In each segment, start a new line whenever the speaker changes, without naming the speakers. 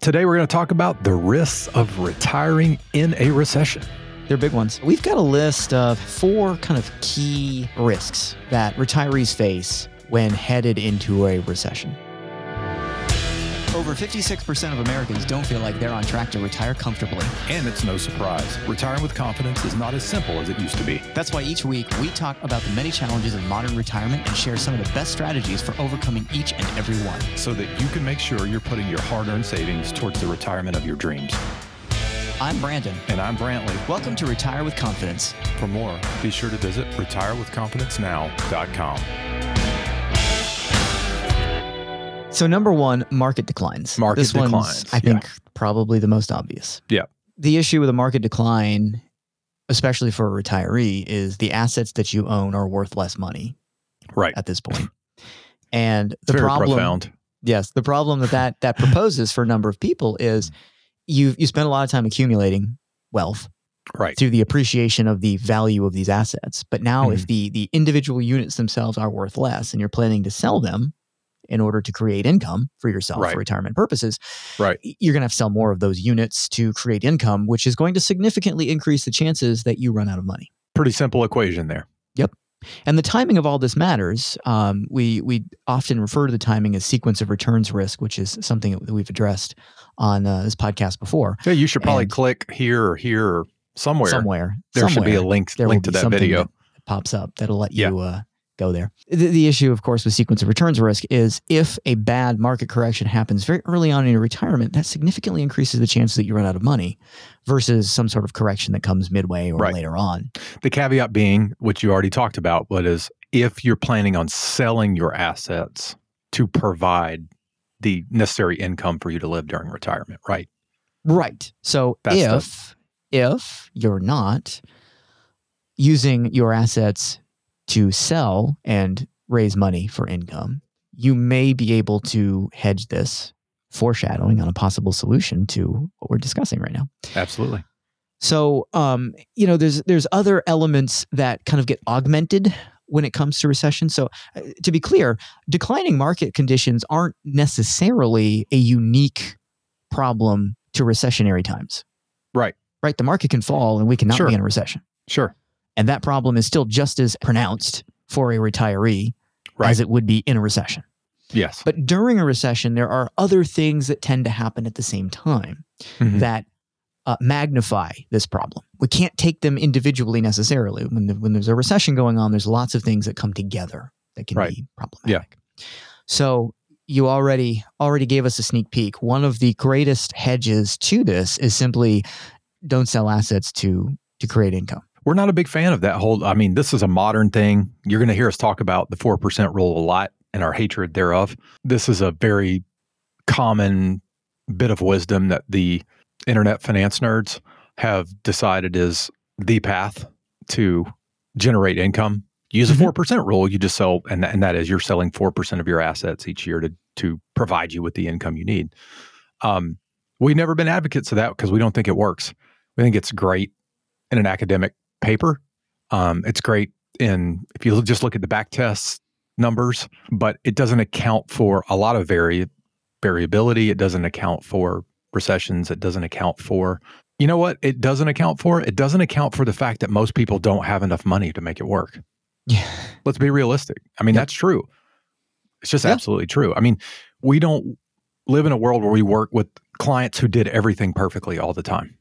Today, we're going to talk about the risks of retiring in a recession.
They're big ones. We've got a list of four kind of key risks that retirees face when headed into a recession. Over 56% of Americans don't feel like they're on track to retire comfortably.
And it's no surprise, retiring with confidence is not as simple as it used to be.
That's why each week we talk about the many challenges of modern retirement and share some of the best strategies for overcoming each and every one.
So that you can make sure you're putting your hard earned savings towards the retirement of your dreams.
I'm Brandon.
And I'm Brantley.
Welcome to Retire with Confidence.
For more, be sure to visit retirewithconfidencenow.com.
So number one, market declines.
Market
this one's,
declines,
I think probably the most obvious.
Yeah.
The issue with a market decline, especially for a retiree, is the assets that you own are worth less money
Right.
at this point. And the
Very
problem,
profound.
yes, the problem that that, that proposes for a number of people is you you spend a lot of time accumulating wealth
Right.
through the appreciation of the value of these assets. But now,
Mm-hmm.
if the the individual units themselves are worth less, and you're planning to sell them in order to create income for yourself
Right.
for retirement purposes,
Right.
y- you're going to have to sell more of those units to create income, which is going to significantly increase the chances that you run out of money.
Pretty simple equation there.
And the timing of all this matters. Um, we we often refer to the timing as sequence of returns risk, which is something that we've addressed on uh, this podcast before.
Yeah, you should probably
And-
click here or here or somewhere.
Somewhere
There should be
somewhere.
a link
there will
link to
be
that
something
video.
that pops up that'll let
Yeah.
you uh, go there. The, the issue, of course, with sequence of returns risk is if a bad market correction happens very early on in your retirement, that significantly increases the chance that you run out of money versus some sort of correction that comes midway or
Right.
later on.
The caveat being, which you already talked about, but is if you're planning on selling your assets to provide the necessary income for you to live during retirement, right?
Right. So
That's the-
if if you're not using your assets to sell and raise money for income, you may be able to hedge this foreshadowing on a possible solution to what we're discussing right now.
Absolutely.
So, um, you know, there's there's other elements that kind of get augmented when it comes to recession. So, uh, to be clear, declining market conditions aren't necessarily a unique problem to recessionary times.
Right.
Right. The market can fall, and we cannot
Sure.
be in a recession,
Sure.
and that problem is still just as pronounced for a retiree
Right.
as it would be in a recession.
Yes.
But during a recession, there are other things that tend to happen at the same time
Mhm.
that uh, magnify this problem. We can't take them individually necessarily. When, the, when there's a recession going on, there's lots of things that come together that can
Right.
be problematic. So you already already gave us a sneak peek. One of the greatest hedges to this is simply don't sell assets to to create income.
We're not a big fan of that whole. I mean, this is a modern thing. You're going to hear us talk about the 4% rule a lot and our hatred thereof. This is a very common bit of wisdom that the internet finance nerds have decided is the path to generate income. Use a
Mhm.
4% rule. You just sell, and, and that is you're selling 4% of your assets each year to, to provide you with the income you need. Um, we've never been advocates of that because we don't think it works. We think it's great in an academic paper. Um, it's great in if you just look at the back test numbers, but it doesn't account for a lot of vari- variability. It doesn't account for recessions. It doesn't account for you know what it doesn't account for it doesn't account for the fact that most people don't have enough money to make it work
Yeah.
let's be realistic i mean
Yep.
that's true it's just
Yeah.
absolutely true i mean we don't live in a world where we work with clients who did everything perfectly all the time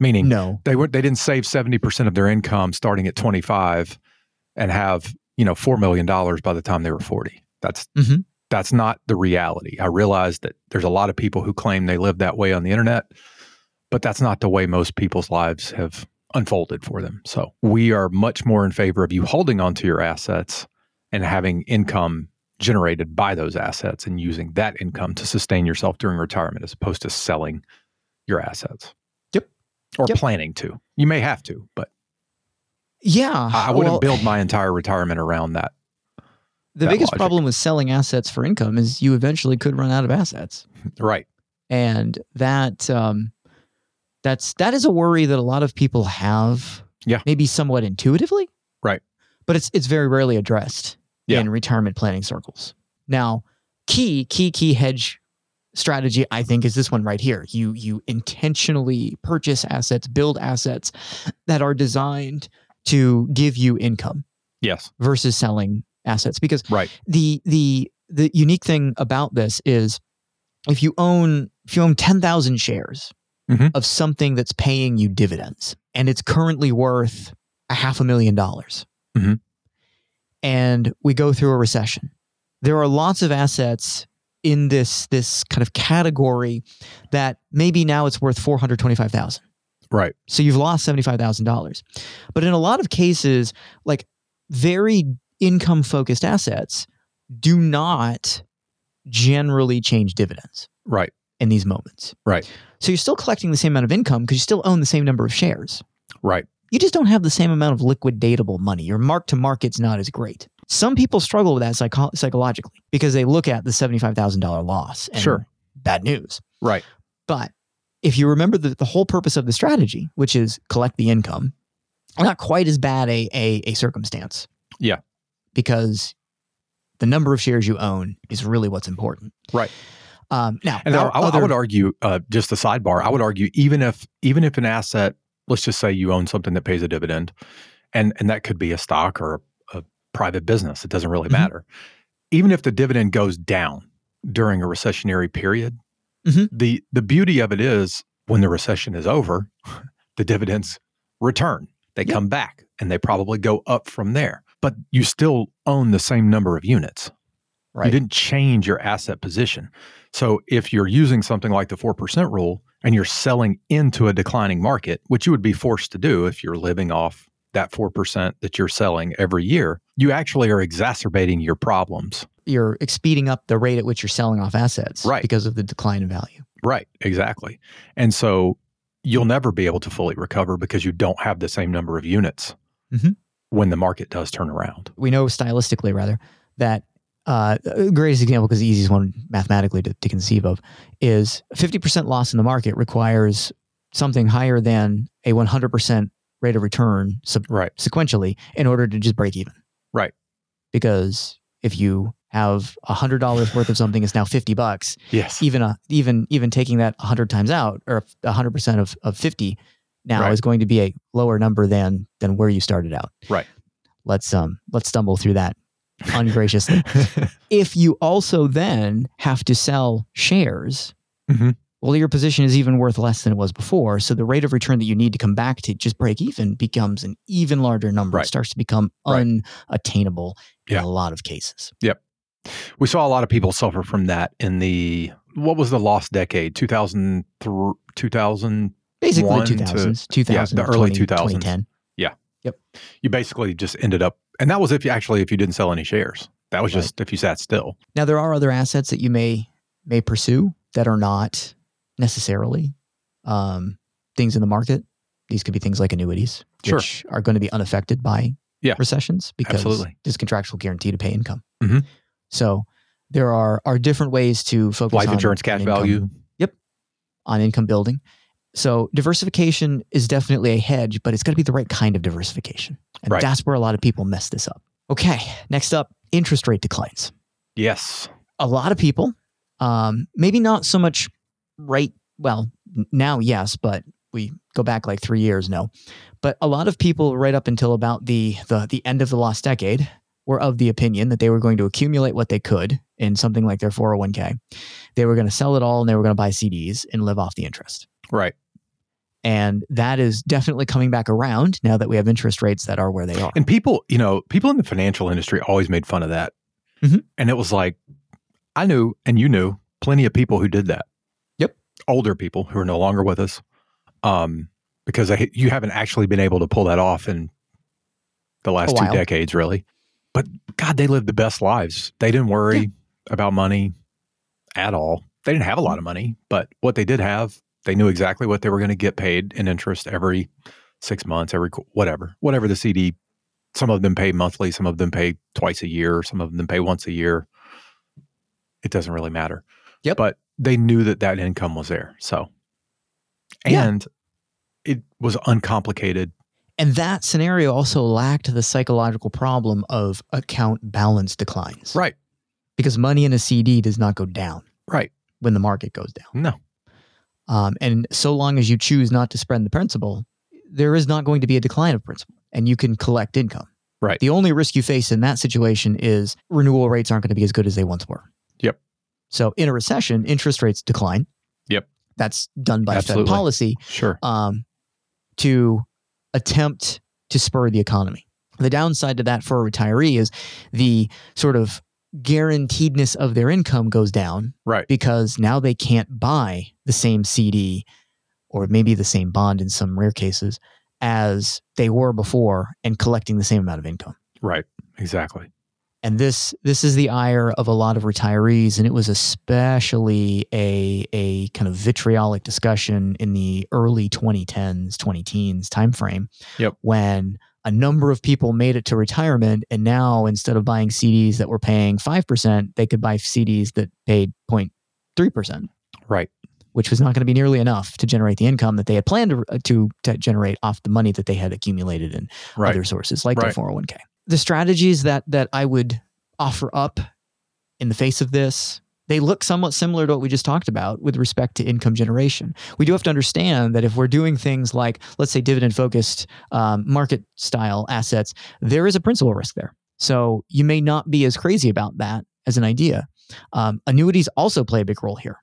meaning
No.
they weren't they didn't save 70% of their income starting at 25 and have you know $4 million by the time they were 40 that's
Mhm.
that's not the reality i realize that there's a lot of people who claim they live that way on the internet but that's not the way most people's lives have unfolded for them so we are much more in favor of you holding onto your assets and having income generated by those assets and using that income to sustain yourself during retirement as opposed to selling your assets
Yep.
or
Yep.
planning to you may have to but
Yeah.
i, I wouldn't
well,
build my entire retirement around that
the
that
biggest
logic.
problem with selling assets for income is you eventually could run out of assets.
right
and that um, that's that is a worry that a lot of people have.
Yeah.
maybe somewhat intuitively.
Right.
but it's it's very rarely addressed
Yeah.
in retirement planning circles. Now, key key key hedge strategy I think is this one right here. You you intentionally purchase assets, build assets that are designed to give you income
Yes.
versus selling assets because
Right.
the the the unique thing about this is if you own if you own 10,000 shares
Mhm.
of something that's paying you dividends and it's currently worth a half a million dollars
Mhm.
and we go through a recession there are lots of assets in this this kind of category that maybe now it's worth 425,000
Right.
so you've lost $75,000. But in a lot of cases, like very income focused assets do not generally change dividends
Right.
in these moments.
Right.
So you're still collecting the same amount of income because you still own the same number of shares.
Right.
You just don't have the same amount of liquidatable money. Your mark to market's not as great. Some people struggle with that psycho- psychologically because they look at the $75,000 loss and
Sure.
bad news.
Right.
But if you remember the, the whole purpose of the strategy, which is collect the income, not quite as bad a, a, a circumstance.
Yeah.
Because the number of shares you own is really what's important.
Right.
Um, now,
And
there
I,
are
I would- I
other-
would argue, uh, just a sidebar, I would argue even if even if an asset, let's just say you own something that pays a dividend, and and that could be a stock or a, a private business, it doesn't really
Mhm.
matter. Even if the dividend goes down during a recessionary period,
Mhm.
the the beauty of it is when the recession is over, the dividends return. They
Yeah.
come back and they probably go up from there. But you still own the same number of units.
right.
You didn't change your asset position. So if you're using something like the 4% rule and you're selling into a declining market, which you would be forced to do if you're living off that 4% that you're selling every year, you actually are exacerbating your problems.
you're speeding up the rate at which you're selling off assets
Right.
because of the decline in value.
Right, exactly. And so you'll never be able to fully recover because you don't have the same number of units
Mhm.
when the market does turn around.
We know stylistically, rather, that uh, the greatest example, because the easiest one mathematically to, to conceive of, is 50% loss in the market requires something higher than a 100% rate of return sub-
Right.
sequentially in order to just break even.
Right.
Because if you have $100 worth of something, it's now 50 bucks.
Yes.
even a, even even taking that 100 times out or 100% of, of 50 now
Right.
is going to be a lower number than than where you started out
Right.
let's um let's stumble through that ungraciously if you also then have to sell shares
Mhm.
well your position is even worth less than it was before so the rate of return that you need to come back to just break even becomes an even larger number
Right.
it starts to become
Right.
unattainable
Yeah.
in a lot of cases
We saw a lot of people suffer from that in the what was the lost decade? 2000 through 2000
basically
One to-
2000s 2000
yeah, the early 2000s.
2010
you basically just ended up and that was if you actually if you didn't sell any shares. That was
Right.
just if you sat still.
Now there are other assets that you may may pursue that are not necessarily um, things in the market. These could be things like annuities,
Sure.
which are going to be unaffected by
Yeah.
recessions because
Absolutely.
there's contractual guarantee to pay income.
Mhm.
So there are are different ways to focus
Life
on
insurance cash
on income-
value.
on income building. So diversification is definitely a hedge, but it's got to be the right kind of diversification, and
Right.
that's where a lot of people mess this up. Okay, next up, interest rate declines
Yes.
a lot of people um maybe not so much right well n- now yes but we go back like 3 years no but a lot of people right up until about the the the end of the last decade were of the opinion that they were going to accumulate what they could in something like their 401k they were going to sell it all and they were going to buy CDs and live off the interest
Right.
and that is definitely coming back around now that we have interest rates that are where they are
And people, you know, people in the financial industry always made fun of that.
Mhm.
And it was like, I knew, and you knew, plenty of people who did that.
Yep.
Older people who are no longer with us, um, because I, you haven't actually been able to pull that off in the last two
while.
decades, really. But God, they lived the best lives. They didn't worry
Yeah.
about money at all. They didn't have a lot of money, but what they did have, they knew exactly what they were going to get paid in interest every six months, every qu- whatever, whatever the CD some of them pay monthly, some of them pay twice a year, some of them pay once a year. It doesn't really matter.
Yep.
But they knew that that income was there. So,
Yeah.
and it was uncomplicated.
and that scenario also lacked the psychological problem of account balance declines
Right.
because money in a CD does not go down.
Right.
when the market goes down.
No.
Um, and so long as you choose not to spend the principal, there is not going to be a decline of principal and you can collect income.
Right.
The only risk you face in that situation is renewal rates aren't going to be as good as they once were.
Yep.
So in a recession, interest rates decline.
Yep.
That's done by
Absolutely.
Fed policy
Sure.
um, to attempt to spur the economy. The downside to that for a retiree is the sort of guaranteedness of their income goes down
Right.
because now they can't buy the same CD or maybe the same bond in some rare cases as they were before and collecting the same amount of income.
Right. Exactly.
And this this is the ire of a lot of retirees, and it was especially a a kind of vitriolic discussion in the early 2010s, 20 teens timeframe.
Yep.
When a number of people made it to retirement, and now instead of buying CDs that were paying five percent, they could buy CDs that paid 03 percent
Right.
which was not going to be nearly enough to generate the income that they had planned to, to, to generate off the money that they had accumulated in
Right.
other sources like
Right.
their 401k. The strategies that that I would offer up in the face of this, they look somewhat similar to what we just talked about with respect to income generation. We do have to understand that if we're doing things like, let's say, dividend focused um, market style assets, there is a principal risk there. So you may not be as crazy about that as an idea. Um, annuities also play a big role here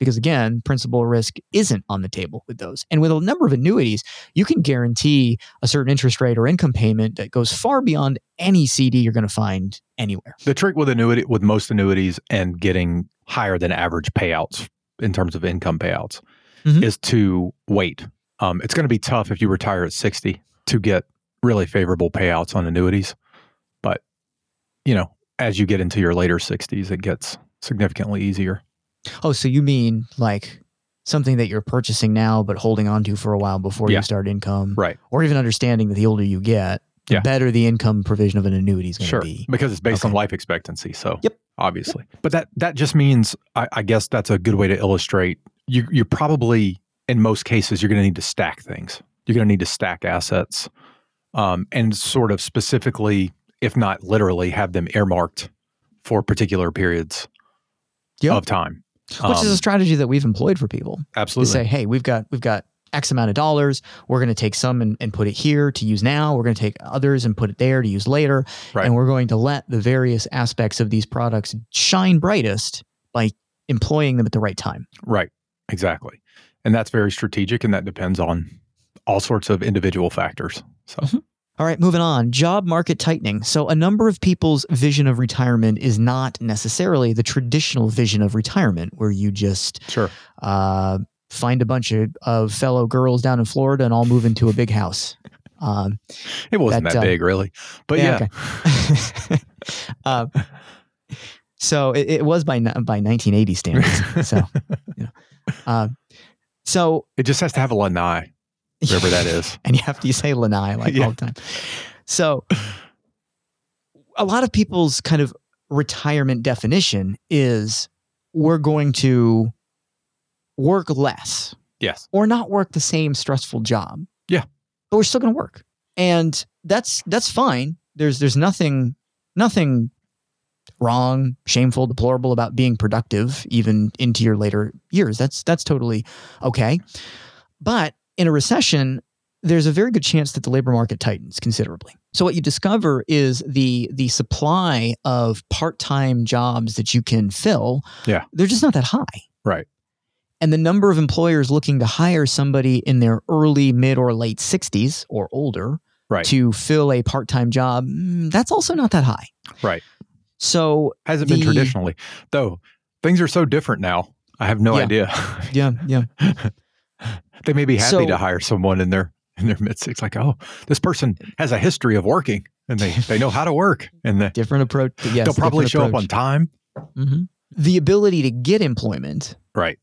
because, again, principal risk isn't on the table with those. And with a number of annuities, you can guarantee a certain interest rate or income payment that goes far beyond any CD you're going to find anywhere.
The trick with annuity with most annuities and getting higher than average payouts in terms of income payouts
Mhm.
is to wait. Um, it's going to be tough if you retire at 60 to get really favorable payouts on annuities. But, you know, as you get into your later 60s, it gets significantly easier.
Oh, so you mean like something that you're purchasing now but holding on to for a while before
Yeah.
you start income,
Right.
or even understanding that the older you get, the
Yeah.
better the income provision of an annuity is going to
Sure.
be.
Because it's based on
Okay.
life expectancy. So,
Yep.
obviously. But that, that just means, I, I guess that's a good way to illustrate. You, you're probably, in most cases, you're going to need to stack things. You're going to need to stack assets um, and sort of specifically, if not literally, have them earmarked for particular periods
Yep.
of time.
Which is
Um,
a strategy that we've employed for people to
absolutely
say, hey, we've got we've got X amount of dollars. We're going to take some and, and put it here to use now. We're going to take others and put it there to use later.
Right.
And we're going to let the various aspects of these products shine brightest by employing them at the right time.
right. Exactly. And that's very strategic and that depends on all sorts of individual factors. So,
Mhm. All right, moving on. Job market tightening. So, a number of people's vision of retirement is not necessarily the traditional vision of retirement, where you just
sure.
uh, find a bunch of, of fellow girls down in Florida and all move into a big house. Um,
It wasn't that,
That, uh,
big, really. But yeah.
yeah, um, so it, it was by ni- by 1980 standards. So, you know. Um, so
It just has to have alumni, whatever that is.
and you have to say lanai like
Yeah.
all the time. So a lot of people's kind of retirement definition is we're going to work less
Yes.
or not work the same stressful job.
Yeah.
But we're still going to work. And that's that's fine. There's there's nothing nothing wrong, shameful, deplorable about being productive even into your later years. That's that's totally okay. But in a recession, there's a very good chance that the labor market tightens considerably. So what you discover is the the supply of part-time jobs that you can fill,
Yeah.
they're just not that high.
Right.
And the number of employers looking to hire somebody in their early, mid, or late 60s or older
Right.
to fill a part time job, mm, that's also not that high.
Right.
So,
Hasn't been
The-
traditionally, though. Things are so different now. I have no
Yeah.
idea.
yeah, yeah.
they may be happy
So-
to hire someone in their in their mid six. Like, oh, this person has a history of working, and they they know how to work, and they,
Different approach. Yes,
they'll probably show up on time.
on. The ability to get employment
Right.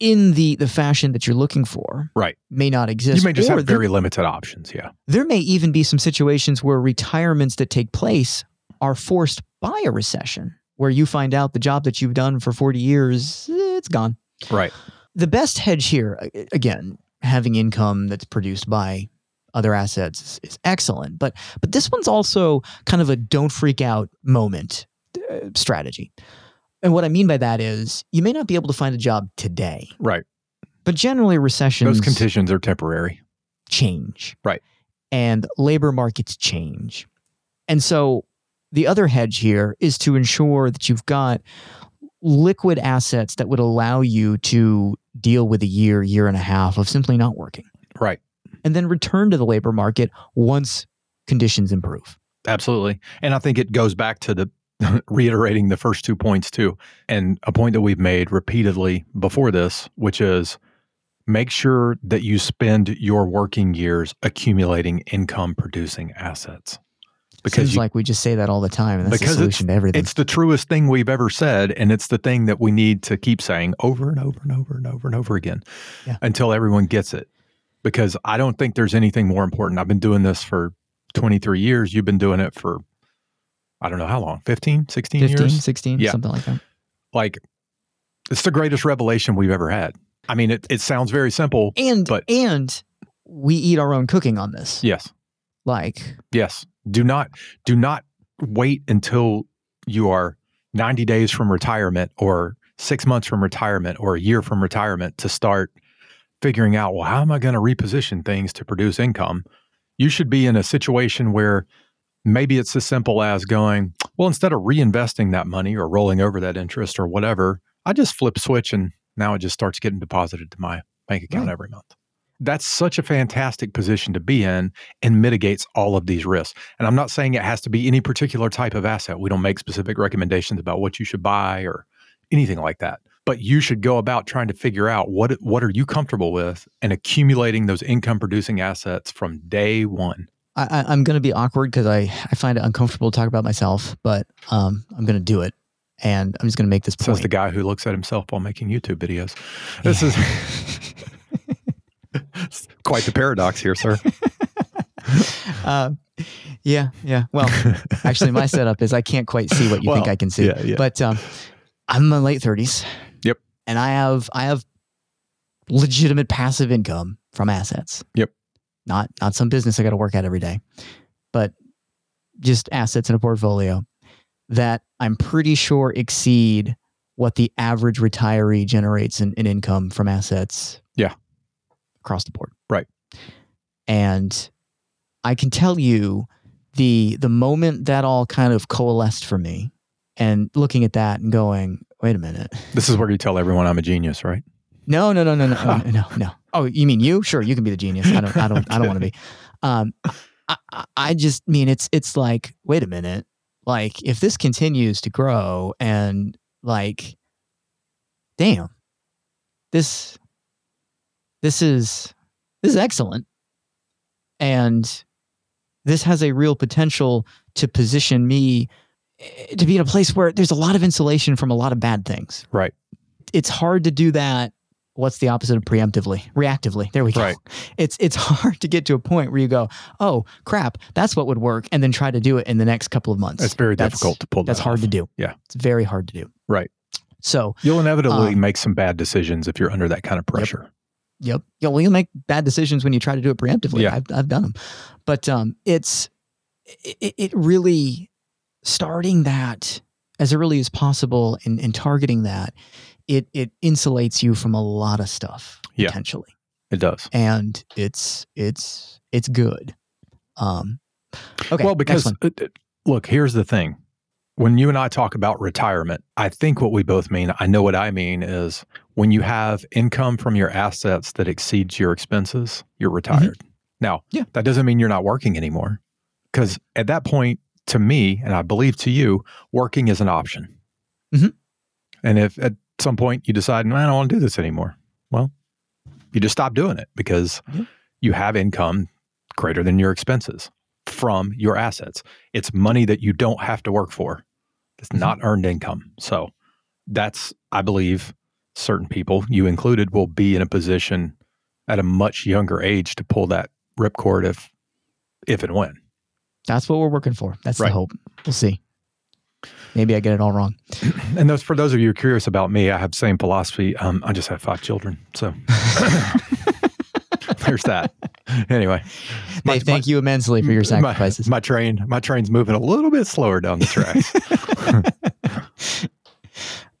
in the, the fashion that you're looking for
Right.
may not exist.
you may just
or
have
there-
very limited options. Yeah.
there may even be some situations where retirements that take place are forced by a recession, where you find out the job that you've done for 40 years, eh, it's gone.
Right.
the best hedge here a- again having income that's produced by other assets is, is excellent but but this one's also kind of a don't freak out moment uh, strategy And what I mean by that is you may not be able to find a job today,
Right.
but generally recessions
Those conditions are temporary.
change.
Right.
And labor markets change. And so the other hedge here is to ensure that you've got liquid assets that would allow you to deal with a year, year and a half of simply not working
Right.
and then return to the labor market once conditions improve.
Absolutely. And I think it goes back to the reiterating the first two points, too, and a point that we've made repeatedly before this, which is make sure that you spend your working years accumulating income producing assets.
Seems
Because you,
like we just say that all the time, and that's the
Because it's-
solution to everything.
it's the truest thing we've ever said. And it's the thing that we need to keep saying over and over and over and over and over again
Yeah.
until everyone gets it. Because I don't think there's anything more important. I've been doing this for 23 years. You've been doing it for, I don't know how long, 15, 16
15,
years?
16,
Yeah.
something like that.
Like, it's the greatest revelation we've ever had. I mean, it, it sounds very simple.
And
But-
and we eat our own cooking on this.
Yes.
Like
Yes. Do not do not wait until you are 90 days from retirement or 6 months from retirement or a year from retirement to start figuring out well how am I going to reposition things to produce income? You should be in a situation where maybe it's as simple as going, well instead of reinvesting that money or rolling over that interest or whatever, I just flip switch and now it just starts getting deposited to my bank account
Right.
every month. That's such a fantastic position to be in and mitigates all of these risks. And I'm not saying it has to be any particular type of asset. We don't make specific recommendations about what you should buy or anything like that. But you should go about trying to figure out what what are you comfortable with and accumulating those income producing assets from day one.
I, I, I'm going to be awkward because I, I find it uncomfortable to talk about myself, but um, I'm going to do it, and I'm just going to make this
Says
point.
the guy who looks at himself while making YouTube videos. This is quite the paradox here, sir.
Uh, yeah, yeah. Well, actually, my setup is I can't quite see what you think
Well,
I can see,
yeah.
but um, I'm in my late 30s.
Yep.
And I have I have legitimate passive income from assets.
Yep.
Not not some business I got to work at every day, but just assets in a portfolio that I'm pretty sure exceed what the average retiree generates in, in income from assets.
Yeah.
Across the board.
Right.
And I can tell you the the moment that all kind of coalesced for me and looking at that and going, wait a minute.
This is where you tell everyone I'm a genius, right?
No, no, no, no, no, oh, no, no. Oh, you mean you? Sure, you can be the genius. I don't, I don't, I don't want to be. Um, I, I, I just mean it's, it's like, wait a minute. Like, if this continues to grow and like, damn, this, this is, this is excellent, and this has a real potential to position me eh, to be in a place where there's a lot of insulation from a lot of bad things.
Right.
It's hard to do that what's the opposite of preemptively? Reactively. There we go.
Right.
It's it's hard to get to a point where you go, oh crap, that's what would work, and then try to do it in the next couple of months.
It's very
That's-
difficult to pull
That's
that
hard
off.
to do.
Yeah.
it's very hard to do.
Right.
So
You'll inevitably
Um,
make some bad decisions if you're under that kind of pressure.
Yep. Yeah. Well, you make bad decisions when you try to do it preemptively.
Yeah.
I've, I've done them, but um, it's it, it really starting that as early as possible and, and targeting that it it insulates you from a lot of stuff
Yeah.
potentially,
It does.
and it's it's it's good. Um. Okay.
well, because
next one.
uh, uh, look, here's the thing. When you and I talk about retirement, I think what we both mean, I know what I mean, is when you have income from your assets that exceeds your expenses, you're retired. Now,
Mm-hmm. Yeah.
that doesn't mean you're not working anymore. Because at that point, to me, and I believe to you, working is an option.
Mhm.
And if at some point you decide, "No, I don't want to do this anymore, well, you just stop doing it because
Yeah.
you have income greater than your expenses from your assets. It's money that you don't have to work for. It's
Mhm.
not earned income. So that's, I believe, certain people, you included, will be in a position at a much younger age to pull that ripcord if if and when.
that's what we're working for. That's
Right.
the hope. We'll see. Maybe I get it all wrong. Mm-hmm.
And those for those of you who are curious about me, I have the same philosophy. Um, I just have five children. So there's that. Anyway.
They thank you immensely for your sacrifices.
My, my train, my train's moving a little bit slower down the tracks.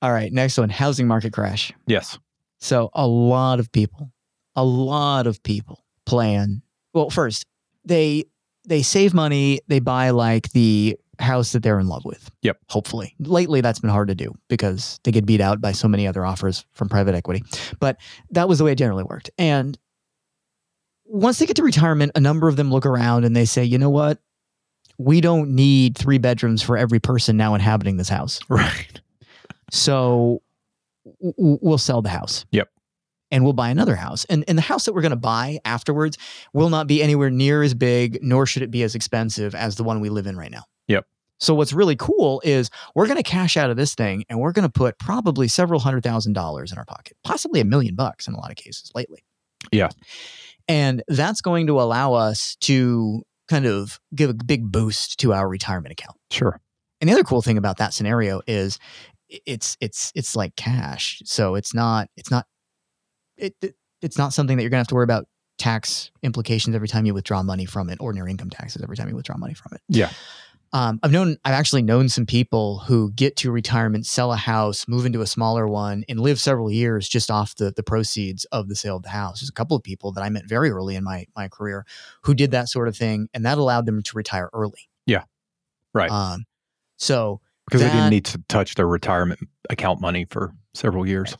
All right, next one housing market crash.
Yes.
So a lot of people, a lot of people plan. Well, first, they they save money, they buy like the house that they're in love with.
Yep.
Hopefully. Lately that's been hard to do because they get beat out by so many other offers from private equity. But that was the way it generally worked. And once they get to retirement, a number of them look around and they say, "You know what? We don't need three bedrooms for every person now inhabiting this house."
Right.
So w- w- we'll sell the house.
Yep.
And we'll buy another house. And, and the house that we're going to buy afterwards will not be anywhere near as big, nor should it be as expensive as the one we live in right now.
Yep.
So what's really cool is we're going to cash out of this thing and we're going to put probably several hundred thousand dollars in our pocket, possibly a million bucks in a lot of cases lately.
Yeah.
And that's going to allow us to kind of give a big boost to our retirement account.
Sure.
And the other cool thing about that scenario is i- it's it's it's like cash, so it's not it's not it, it- it's not something that you're gonna have to worry about tax implications every time you withdraw money from it, ordinary income taxes every time you withdraw money from it.
Yeah.
Um, I've known I've actually known some people who get to retirement, sell a house, move into a smaller one, and live several years just off the the proceeds of the sale of the house. There's a couple of people that I met very early in my my career who did that sort of thing, and that allowed them to retire early.
Yeah. Right.
Um, so
Because they
That-
didn't need to touch their retirement account money for several years.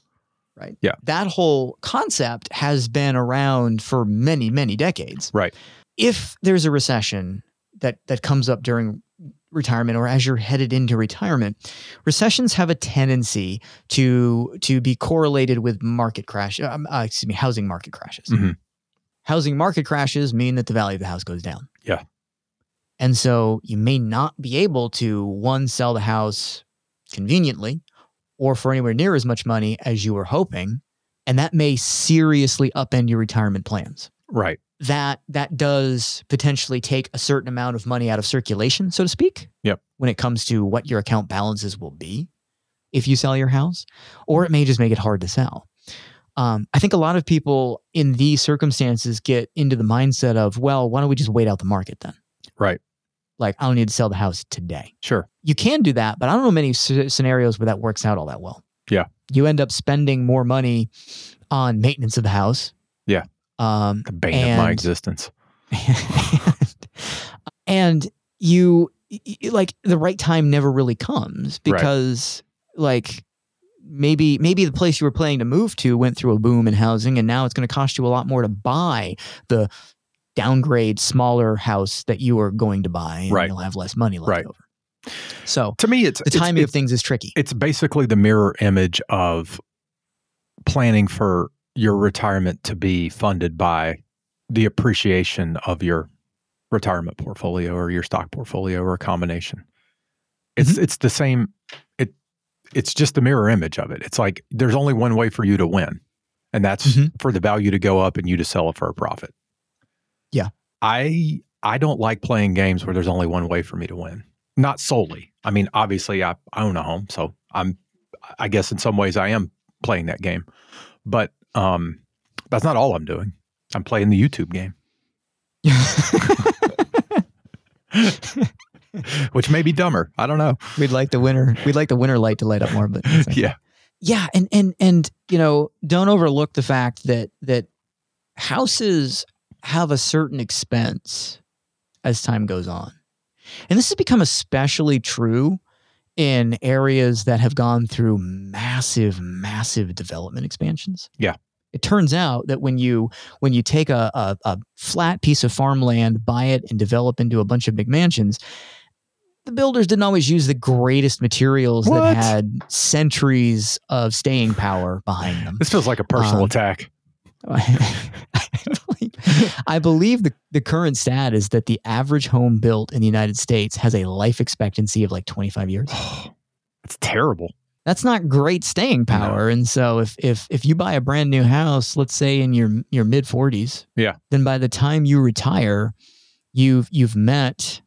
that whole concept has been around for many many decades
Right.
if there's a recession that that comes up during retirement or as you're headed into retirement recessions have a tendency to to be correlated with market crash um, uh, excuse me housing market crashes
Mhm.
housing market crashes mean that the value of the house goes down
Yeah.
and so you may not be able to one sell the house conveniently or for anywhere near as much money as you were hoping and that may seriously upend your retirement plans
Right.
that that does potentially take a certain amount of money out of circulation, so to speak.
Yep.
When it comes to what your account balances will be if you sell your house, or it may just make it hard to sell. Um, I think a lot of people in these circumstances get into the mindset of, well, why don't we just wait out the market then?
Right.
Like, I don't need to sell the house today.
Sure.
You can do that, but I don't know many sce- scenarios where that works out all that well.
Yeah.
You end up spending more money on maintenance of the house.
Yeah.
Um,
The bane of my
And-
existence.
and you y- y- like the right time never really comes
Right.
because like maybe maybe the place you were planning to move to went through a boom in housing and now it's going to cost you a lot more to buy the downgrade smaller house that you are going to buy and
Right.
you'll have less money left
Right.
over so
To me, it's
the timing
it's,
of things is tricky
it's basically the mirror image of planning for your retirement to be funded by the appreciation of your retirement portfolio or your stock portfolio or a combination. It's it's the same it it's just the mirror image of it. It's like there's only one way for you to win and that's
Mhm.
for the value to go up and you to sell it for a profit.
Yeah.
I I don't like playing games where there's only one way for me to win. Not solely. I mean, obviously I, I own a home, so I'm I guess in some ways I am playing that game. But um that's not all I'm doing. I'm playing the YouTube game, which may be dumber. I don't know.
we'd like the winter we'd like the winter light to light up more but it's okay.
Yeah.
yeah and and and you know don't overlook the fact that that houses have a certain expense as time goes on and this has become especially true in areas that have gone through massive massive development expansions
Yeah.
it turns out that when you when you take a, a, a flat piece of farmland buy it and develop into a bunch of mcmansions the builders didn't always use the greatest materials
What?
that had centuries of staying power behind them.
This feels like a personal
Um,
attack.
I believe, I believe the, the current stat is that the average home built in the United States has a life expectancy of like 25 years.
it's terrible.
That's not great staying
No.
power. And so if if if you buy a brand new house, let's say in your your mid 40s,
Yeah.
then by the time you retire, you've you've met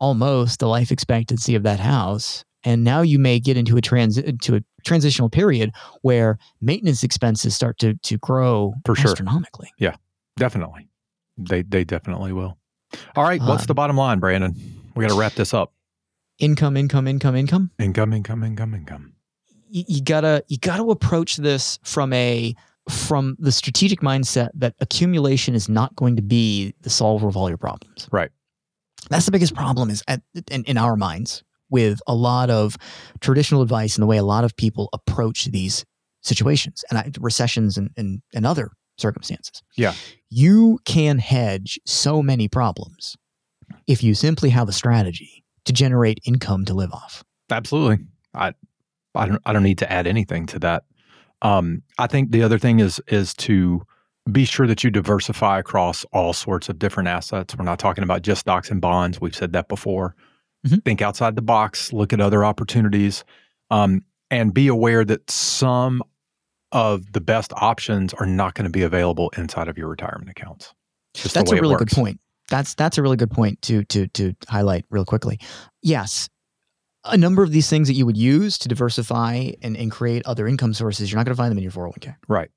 almost the life expectancy of that house and now you may get into a trans into a transitional period where maintenance expenses start to to grow
For sure.
astronomically
Definitely. They they definitely will. All right. what's
Um,
the bottom line, Brandon? We got to wrap this up.
income income income income
Income, income, income, income.
you, you gotta you gotta approach this from a from the strategic mindset that accumulation is not going to be the solver of all your problems.
Right.
That's the biggest problem is at, in, in our minds with a lot of traditional advice and the way a lot of people approach these situations and I, recessions and, and, and other circumstances.
Yeah.
You can hedge so many problems if you simply have a strategy to generate income to live off.
Absolutely. I I don't I don't need to add anything to that. Um, I think the other thing is is to be sure that you diversify across all sorts of different assets. We're not talking about just stocks and bonds. We've said that before.
Mhm.
Think outside the box. Look at other opportunities, um, and be aware that some of the best options are not going to be available inside of your retirement accounts. Just the
that's
way it
a really good
works.
point. That's that's a really good point to to to highlight real quickly. Yes, a number of these things that you would use to diversify and, and create other income sources, you're not going to find them in your 401k.
Right.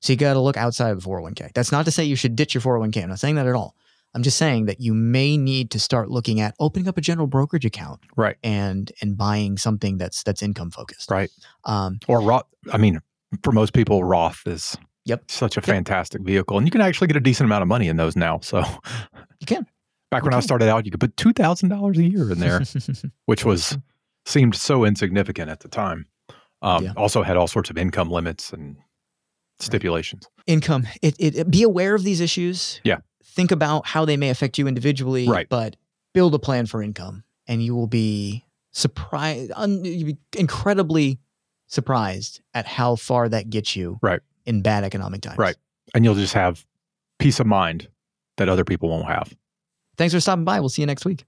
So you got to look outside of the 401k. That's not to say you should ditch your 401k. I'm not saying that at all. I'm just saying that you may need to start looking at opening up a general brokerage account,
Right.
And and buying something that's that's income focused,
Right.
Um,
Or Roth. I mean, for most people, Roth is
Yep.
such a fantastic vehicle, and you can actually get a decent amount of money in those now. So
You can.
Back
You
when I
can.
started out, you could put two thousand dollars a year in there, which was seemed so insignificant at the time. Um,
Yeah.
Also had all sorts of income limits and stipulations.
income. It, it, it- be aware of these issues.
Yeah.
Think about how they may affect you individually.
Right.
But build a plan for income, and you will be surprised, un, you'll be incredibly surprised at how far that gets you.
Right.
In bad economic times.
Right. And you'll just have peace of mind that other people won't have.
Thanks for stopping by. We'll see you next week.